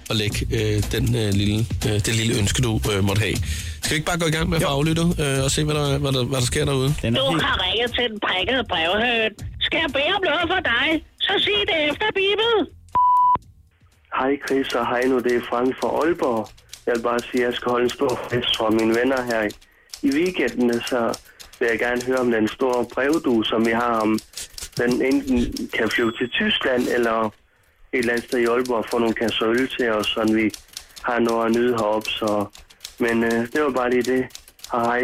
og lægge øh, den, øh, lille, øh, det lille ønske, du øh, måtte have. Skal vi ikke bare gå i gang med at få aflyttet øh, og se, hvad der, hvad, der, hvad der sker derude? Den Du er helt... har ringet til den prikkede brevhøn. Skal jeg bede om noget for dig, så sig det efter Bibel. Hej Chris og hej nu, det er Frank fra Aalborg. Jeg vil bare sige, at jeg skal holde en stor fest for mine venner her i, i weekenden, så vil jeg gerne høre om den store brevdue, som vi har, om den enten kan flyve til Tyskland eller et eller andet sted i Aalborg og få nogle kasser øl til os, så vi har noget at nyde heroppe. Så. Men øh, det var bare lige det. Hej, hej.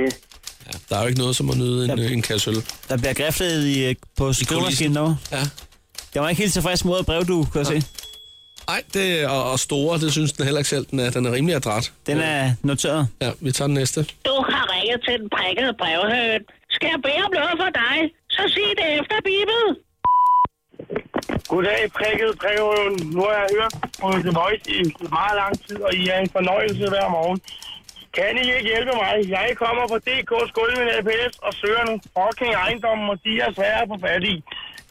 Der er jo ikke noget som at nyde en, en kasse øl. Der bliver griflet i, øh, på skrivemaskinen derovre. Ja. Jeg var ikke helt tilfreds med at brev, du kan jeg se. Ej, det, og, og store, det synes den heller ikke selv, den er, den er rimelig adræt. Den er noteret. Ja, vi tager den næste. Du har ringet til den prikkede brevhøn. Skal jeg bede om noget for dig, så sig det efter Bibel. Goddag, prikket brevøven. Nu har jeg hørt på The Voice i meget lang tid, og I er en fornøjelse hver morgen. Kan I ikke hjælpe mig? Jeg kommer fra DK's Gulven APS og søger nogle fucking ejendomme, og de er svære at få fat i.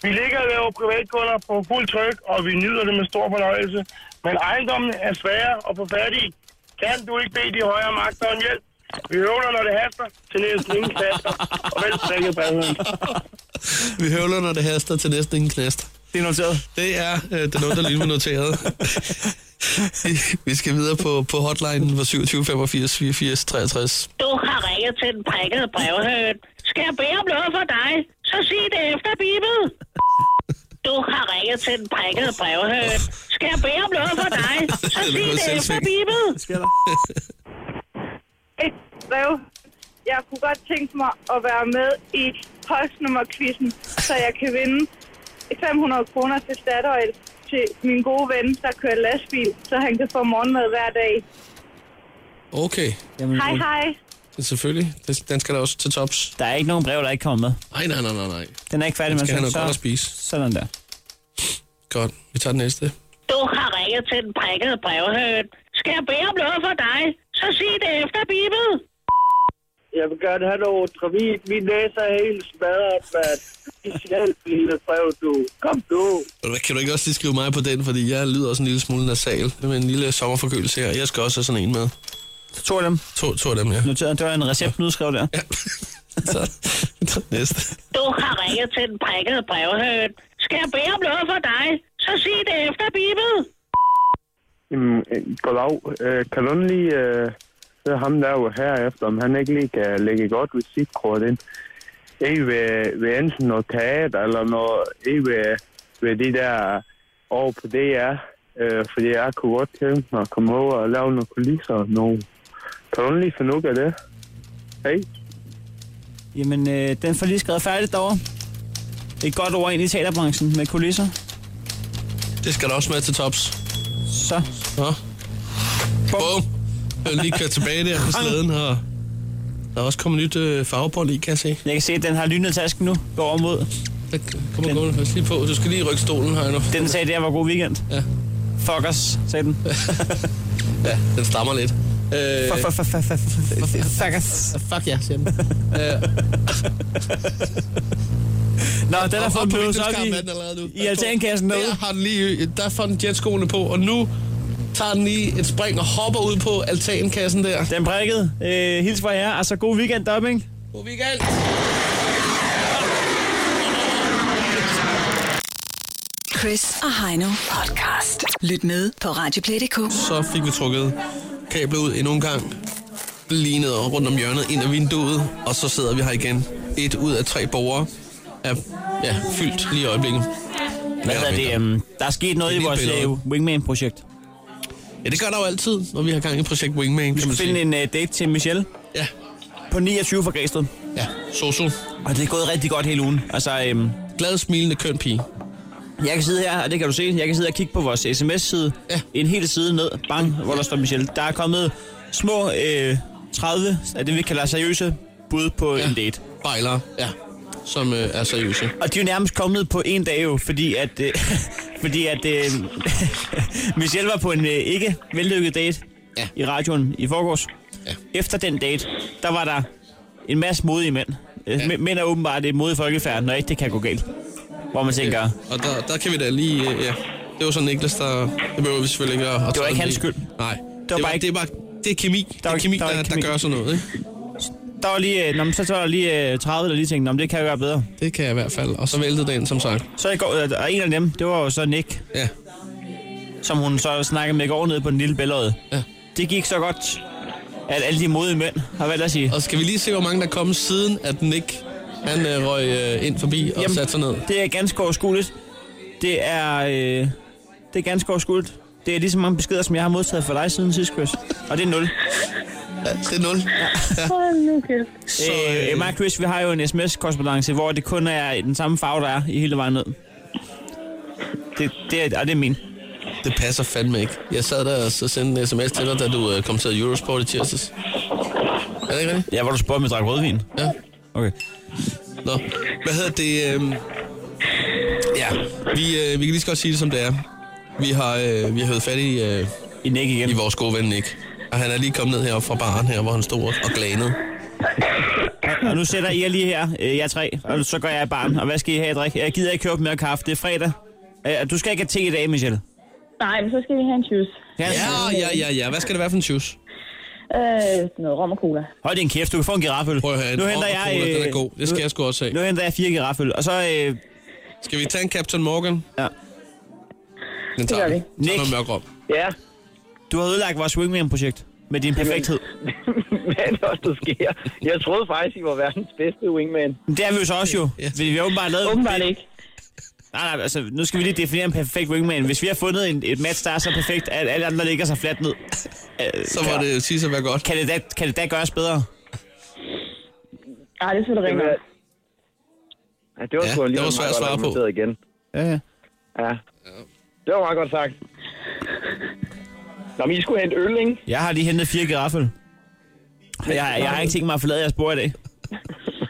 Vi ligger og laver privatkunder på fuld tryk, og vi nyder det med stor fornøjelse. Men ejendommen er svære at få fat i. Kan du ikke bede de højere magter om hjælp? Vi høvler, når det haster, til næsten ingen knaster. Og vel strikket badhøns. Vi høvler, når det haster til næsten ingen knaster. Det er noteret. Det er øh, den underlige, vi noterede. vi skal videre på, på hotlinen på 27 85 84 63. Du har ringet til den prikkede brevhøn. Skal jeg bede om noget for dig? Så sig det efter, Bibel. Du har ringet til den prikkede brevhøn. Skal jeg bede om noget for dig? Så Det sig lyder det efter, selvsving. Bibel. Et brev. Jeg kunne godt tænke mig at være med i postnummerquizzen, så jeg kan vinde 500 kroner til Statoil til min gode ven, der kører lastbil, så han kan få morgenmad hver dag. Okay. Jamen, Hej, hej. Selvfølgelig. Den- Den skal der også til tops. Der er ikke nogen brev, der ikke kommer med. Nej, nej, nej, nej, nej. Den er ikke færdig, Den men skal have noget så- godt at spise. Sådan der. Godt. Vi tager den næste. Du har ringet til den prikkede brevhøn. Skal jeg bede om noget for dig? Så sig det efter, Bibel. Jeg vil gerne have noget travit. Min næse er helt smadret, mand. Hjælp, lille brev, du. Kom nu. Ved du hvad, Kan du ikke også lige skrive mig på den, fordi jeg lyder også en lille smule nasal med en lille sommerforkølelse her. Jeg skal også have sådan en med. To af dem. To, to af dem, ja. Noteret. Det var en recept, du skrev der. Ja. så, så næste. Du har ringet til den prikkede brevhøn. Skal jeg bede om noget for dig? Så sig det efter, Bibel. Jamen, øh, goddag. Øh, kan du lige øh, høre ham der jo herefter, om han ikke lige kan lægge godt visitkort ind? Ikke ved, ved enten noget teater eller noget, ikke ved, ved de der over på DR. Øh, fordi jeg kunne godt tænke mig at komme over og lave nogle kulisser og nogle. Kan du lige finde ud af det? Hej. Jamen, øh, den får lige skrevet færdigt derovre. Et godt ord ind i teaterbranchen med kulisser. Det skal der også med til tops. Så. Så. Bum. Jeg vil lige køre tilbage der på slæden, og der er også kommet nyt øh, farvebånd i, kan jeg se. Jeg kan se, at den har lynet tasken nu. Går over mod. Der kommer den. gående først lige på. Du skal lige rykke stolen her nu. Den sagde, det her var god weekend. Ja. Fuck os, sagde den. ja, den stammer lidt. Øh, Fuck, fuck, fuck, fuck, fuck, fuck, fuck, fuck us. Fuck ja, siger den. Nå, den er Op- op fået på løbet op vindueskarmen i, er den allerede nu. i altankassen derude. Der har den lige, der får den jetskoene på, og nu tager den lige et spring og hopper ud på altankassen der. Den prikkede. Øh, hils fra jer. Altså, god weekend, Dubbing. God weekend. Chris og Heino podcast. Lyt med på Radioplay.dk. Så fik vi trukket kablet ud endnu en gang. Lige ned og rundt om hjørnet, ind ad vinduet, og så sidder vi her igen. Et ud af tre borgere er ja, fyldt lige i øjeblikket. Hvad hedder det? øhm, Der er sket noget i vores øh, Wingman-projekt. Ja, det gør der jo altid, når vi har gang i projekt Wingman, Vi kan skal man finde sige. en uh, date til Michelle. Ja. På 29 fra Græsted. Ja, sosu. Og det er gået rigtig godt hele ugen. Altså, øhm, Glad, smilende, køn pige. Jeg kan sidde her, og det kan du se, jeg kan sidde og kigge på vores sms-side. Ja. En hel side ned, bang, hvor der står Michelle. Der er kommet små øh, 30 af det, vi kalder seriøse bud på ja. en date. Bejlere, ja. Som øh, er seriøse. Og de er jo nærmest kommet på en dag jo, fordi at, øh, fordi at øh, Michelle var på en øh, ikke vellykket date ja. i radioen i forgårs. Ja. Efter den date, der var der en masse modige mænd. Ja. Mænd er åbenbart et modigt folkefærd, når ikke det kan gå galt. Hvor man tænker, ja. Og der, der kan vi da lige... øh, Ja. Det var så Niklas, der... Det behøver vi selvfølgelig ikke at... at Det var ikke træde hans i. skyld. Nej. Det var, det var, ikke... det var, det er kemi. Der det er kemi, der, der, der gør sådan noget, ikke? Der var lige, øh, nå, men så var der lige øh, 30, der lige tænkte, nå, men det kan jeg gøre bedre. Det kan jeg i hvert fald, og så væltede den, som sagt. Så i går, øh, og en af dem, det var jo så Nick. Ja. Som hun så snakkede med i går nede på den lille bællerøde. Ja. Det gik så godt, at alle de modige mænd har valgt at sige. Og skal vi lige se, hvor mange der er kommet siden, at Nick, han øh, røg øh, ind forbi og Jamen, satte sig ned? Det er ganske overskueligt. Det er, øh, det er ganske overskueligt. Det er lige så mange beskeder, som jeg har modtaget fra dig siden sidst, Chris. Og det er 0. Ja, det er 0. Ja. Så, øh, øh, mig og Chris, vi har jo en sms-korrespondence, hvor det kun er den samme farve, der er i hele vejen ned. Det, det er, og det er min. Det passer fandme ikke. Jeg sad der og så sendte en sms til dig, da du øh, kom til Eurosport i tirsdags. Er det ikke rigtigt? Ja, hvor du spurgte, om jeg drak rødvin. Ja. Okay. Nå, hvad hedder det? Øh... Ja, vi, øh, vi kan lige så godt sige det, som det er. Vi har, øh, vi har hørt fat i... Øh, I Nick igen. I vores gode ven Nick. Og han er lige kommet ned heroppe fra baren her, hvor han stod og og glanede. Og nu sætter I jer lige her, øh, jer tre, og så går jeg i barn. Og hvad skal I have at drikke? Jeg gider ikke købe mere kaffe, det er fredag. Øh, du skal ikke have te i dag, Michelle. Nej, men så skal vi have en juice. Ja, ja, ja, ja. Hvad skal det være for en juice? Øh, noget rom og cola. Hold din kæft, du kan få en girafføl. Prøv at høre, en Coca-Cola, øh, øh, den er god. Det skal jeg sgu også have. Nu henter jeg fire girafføl, og så... Øh... Skal vi tage en Captain Morgan? Ja. Den tager vi. Nick. Noget mørk rom. Ja. Du har ødelagt vores Wingman-projekt med din perfekthed. Hvad er det også, der sker? Jeg troede faktisk, I var verdens bedste wingman. Men Det er vi jo så også jo. Vi vi har åbenbart lavet... Åbenbart ikke. Nej, nej, altså, nu skal vi lige definere en perfekt wingman. Hvis vi har fundet en, et match, der er så perfekt, at alle andre ligger så fladt ned. Så må det jo sige sig være godt. Kan det da, kan det da gøres bedre? Nej, det er selvfølgelig rigtigt. Ja, det var sgu Ja, alligevel det var svært meget at svare godt på. argumenteret igen. Ja, ja. Ja. Det var meget godt sagt. Nå, men I skulle hente øl, ikke? Jeg har lige hentet fire giraffel. Jeg, jeg, jeg har ikke tænkt mig at forlade jeres bord i dag.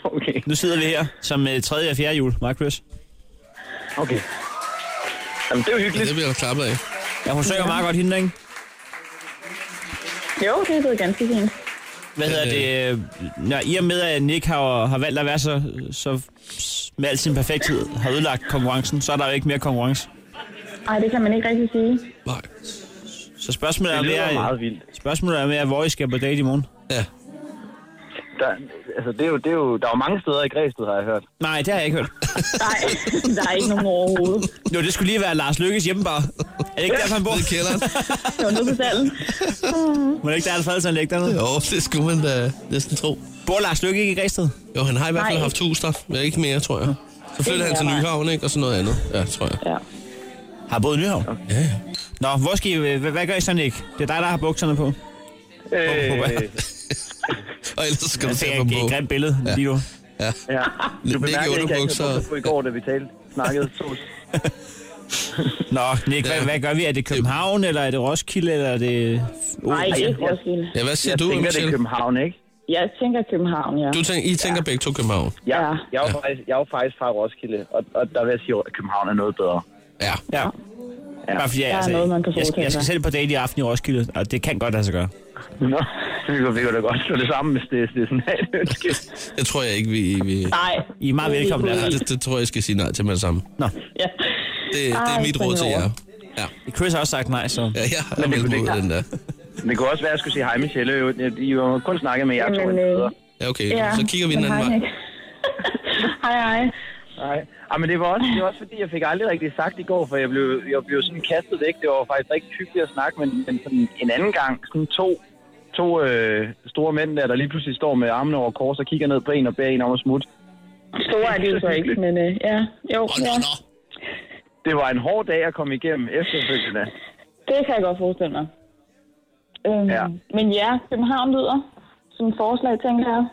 Okay. Nu sidder vi her som øh, tredje og fjerde jul, Mark Chris. Okay. Jamen, det er jo hyggeligt. det bliver jeg klappet af. Ja, hun synger meget godt hende, ikke? Jo, det er blevet ganske fint. Hvad hedder det? øh, Når I og med, at Nick har, har valgt at være så, så med al sin perfekthed har ødelagt konkurrencen, så er der jo ikke mere konkurrence. Nej, det kan man ikke rigtig sige. Nej. Så spørgsmålet er Det lyder mere, øh, meget vildt. spørgsmålet er mere, hvor I skal på date i morgen. Ja. Der, altså, det er jo, det er jo, der er jo mange steder i Græsted, har jeg hørt. Nej, det har jeg ikke hørt. Nej, der er ikke nogen overhovedet. Jo, det skulle lige være Lars Lykkes hjemmebar. Er det ikke derfor, han bor? Nede i kælderen. Det var nede på salen. Må det ikke der altid han ligge dernede? Jo, det skulle man da næsten tro. Bor Lars Lykke ikke i Græsted? Jo, han har i hvert fald Nej. haft hus der. Men ikke mere, tror jeg. Så Det flyttede han til er jeg. Nyhavn, ikke? Og så noget andet. Ja, tror jeg. Ja. Har boet i Nyhavn? Ja, ja. Nå, hvor skal I, øh, hvad, hvad gør I så, Nick? Det er dig, der har bukserne på. Øh, og ellers skal du se tage dem på. Det er Altså, et grimt billede Ja. lige nu. Ja. ja. Nick i Du bemærkede ikke, at jeg underbukser. ikke på i går, da vi talte, snakkede to. Nå, Nick, hvad, hvad gør vi? Er det København, eller er det Roskilde, eller er det... Nej, ikke Roskilde. Ja, hvad siger jeg du, tænker, det er Michelle? København, ikke? Jeg tænker København, ja. Du tænker, I tænker begge to København. Jeg, ja. jeg, er jo faktisk, jeg er jo faktisk fra Roskilde, og, og der vil jeg sige, at København er noget bedre. Ja. Ja. Ja. Bare fordi, jeg, Der er altså, noget, man kan jeg, foretage jeg skal sig. selv på date i aften i Roskilde, og det kan godt lade sig gøre. Nå, det kunne, det kunne da godt slå det sammen, hvis det, hvis det er sådan et ønske. Det tror jeg ikke, vi... vi... Nej. I er meget velkomne, Ja, altså. det, det, tror jeg, jeg skal sige nej til med det samme. Nå. Ja. Det, det er Ej, mit råd til spring jer. over. Chris har også sagt nej, så... Ja, jeg har Men det meldt kunne mig ud af det- den der. Det kunne også være, at jeg skulle sige hej, Michelle. Jeg- I har kun snakket med jer to. Jamen, øh, indtil videre. Ja, okay. Så kigger vi den men anden hej, vej. Nick. hej, hej. Nej. Ah, men det var, også, det var også fordi, jeg fik aldrig rigtig sagt i går, for jeg blev, jeg blev sådan kastet væk. Det var faktisk rigtig hyggeligt at snakke, men, men sådan en anden gang, sådan to, to øh, store mænd der, der lige pludselig står med armene over kors og kigger ned på en og beder en om at smutte. Store er de jo så ikke, men øh, ja. Jo, ja. Det var en hård dag at komme igennem efterfølgende. Det kan jeg godt forestille mig. Øhm, ja. Men ja, København lyder som et forslag, tænker jeg.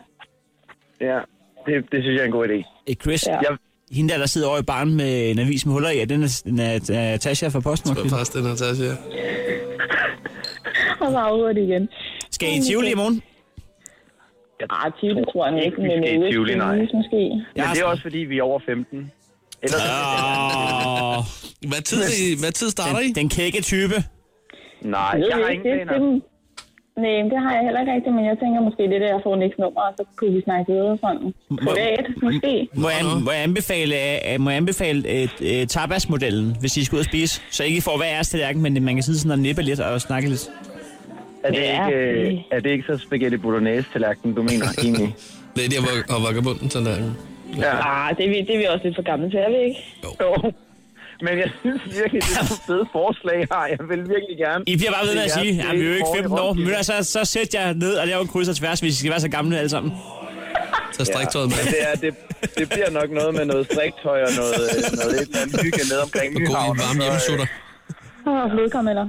Ja, det, det synes jeg er en god idé. Hey, Eh, Chris, Ja. ja. hende der, der sidder over i baren med en avis med huller i, er den er- den er Natasha fra Postmark? Jeg tror faktisk, det er Natasha. ja. Og så afhører det igen. Skal I i Tivoli i morgen? Nej, Tivoli tror jeg nu ikke, vi men skal i ude Tivoli, nej. Skive måske. Men det er også fordi, vi er over 15. Ellers, Hvad tid, er I- hvad tid starter I? Den, den kække type. Nej, ved jeg har ikke, ingen det- planer. det- Nej, men det har jeg heller ikke rigtigt, men jeg tænker måske, det er der, jeg får Niks nummer, og så kunne vi snakke videre sådan. Privat, måske. Må jeg, an- må jeg anbefale, øh, må jeg anbefale uh, uh, tapasmodellen, hvis I skal ud og spise? Så ikke I får hver jeres tallerken, men man kan sidde sådan og nippe lidt og snakke lidt. Er det, ikke, øh, er det ikke så spaghetti bolognese-tallerken, du mener egentlig? Det er der, hvor og vagabunden sådan der. Ja. Ah, det er, vi, det er vi også lidt for gamle til, er vi ikke? Jo. Men jeg synes virkelig, det er nogle fede forslag, jeg har. Jeg vil virkelig gerne... I bliver bare ved med at Jeg sige, vil at vi er jo ikke gerne 15 år. se Men Roskilde. altså, så, så sæt jer ned og laver en kryds og tværs, hvis I skal være så gamle alle sammen. Så strik tøjet med. Men det, er, det, det bliver nok noget med noget striktøj og noget, øh, noget et eller andet hygge ned omkring Og gå i Nyhavn. en varm og så, øh, hjemmesutter. Og flodkarameller.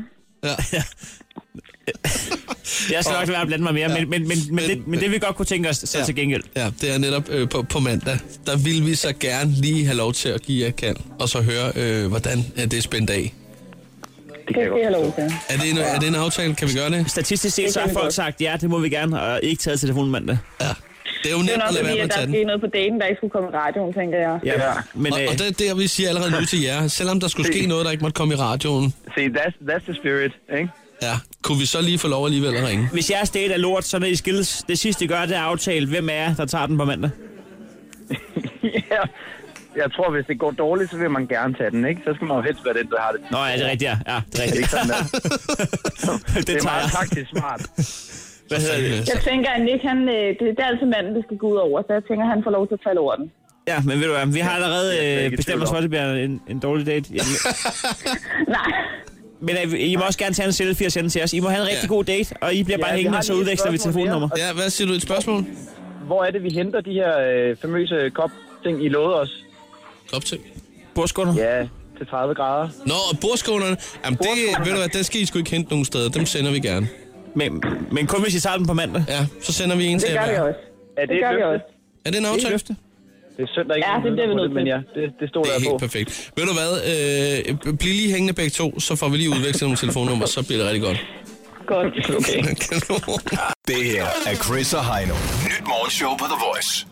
Jeg skal nok lade være at blande mig mere, men, men, men, men, det, men det vi godt kunne tænke os, så til gengæld. Ja, det er netop øh, på, på mandag. Der vil vi så gerne lige have lov til at give jer kan, og så høre, øh, hvordan er det spændt af. Det skal jeg have lov til. Er det, en, er det en aftale? Kan vi gøre det? Statistisk set, Det så kan har vi folk godt. sagt, ja, det må vi gerne, og ikke taget telefonen mandag. Ja, det er jo Det er nemt nok at fordi, lade være med at at der tage den. skete noget på dagen, der ikke skulle komme i radioen, tænker jeg. Ja, men, øh, og, og det er der, vi siger allerede nu til jer. Selvom der skulle ske noget, der ikke måtte komme i radioen. Se, that's, that's the spirit, ikke? Ja, kunne vi så lige få lov alligevel at ringe? Hvis jeres date er lort, så når I skilles, det sidste I gør, det er at aftale, hvem er jer, der tager den på mandag. Jeg tror, hvis det går dårligt, så vil man gerne tage den, ikke? Så skal man jo helst være den, der har det. Nå, ja, det er rigtigt, ja. ja det er rigtigt. ikke sådan, der? det, det er tager meget jeg. taktisk smart. Hvad hedder det? Jeg tænker, at Nick, han, øh, det, det er altid manden, det skal gå ud over, så jeg tænker, at han får lov til at falde over den. Ja, men ved du hvad, vi har Ja, det er allerede ikke øh, bestemt tvivl os for, om. at det bliver en, en dårlig date. Jamen, Nej. men øh, I må også gerne tage en selfie og sende til os. I må have en rigtig god date, og I bliver bare Ja, vi hængende, har og så lige et udveksler vi spørgsmål telefonnummer. mere. Ja, hvad siger du? Et spørgsmål? Hvor er det, vi henter de her øh, famøse kop-ting, I lovede os? Kop-ting? Bordskunder? Ja, til 30 grader. Nå, og bordskålerne, jamen det, ved du hvad, der skal I sgu ikke hente nogen steder. Dem sender vi gerne. Men, men kun hvis I tager den på mandag? Ja, så sender vi en til jer. Er det, et løfte? Er det en Det er aftale? et løfte. Det er søndag ikke, ja, det bliver vi nødt til. Men ja, det, det stoler Det er jeg på. helt perfekt. Ved du hvad, øh, bliv lige hængende begge to, så får vi lige udvekslet nogle telefonnummer, så bliver det rigtig godt. Godt. Okay. Det her er Chris og Heino. Nyt morgenshow på The Voice.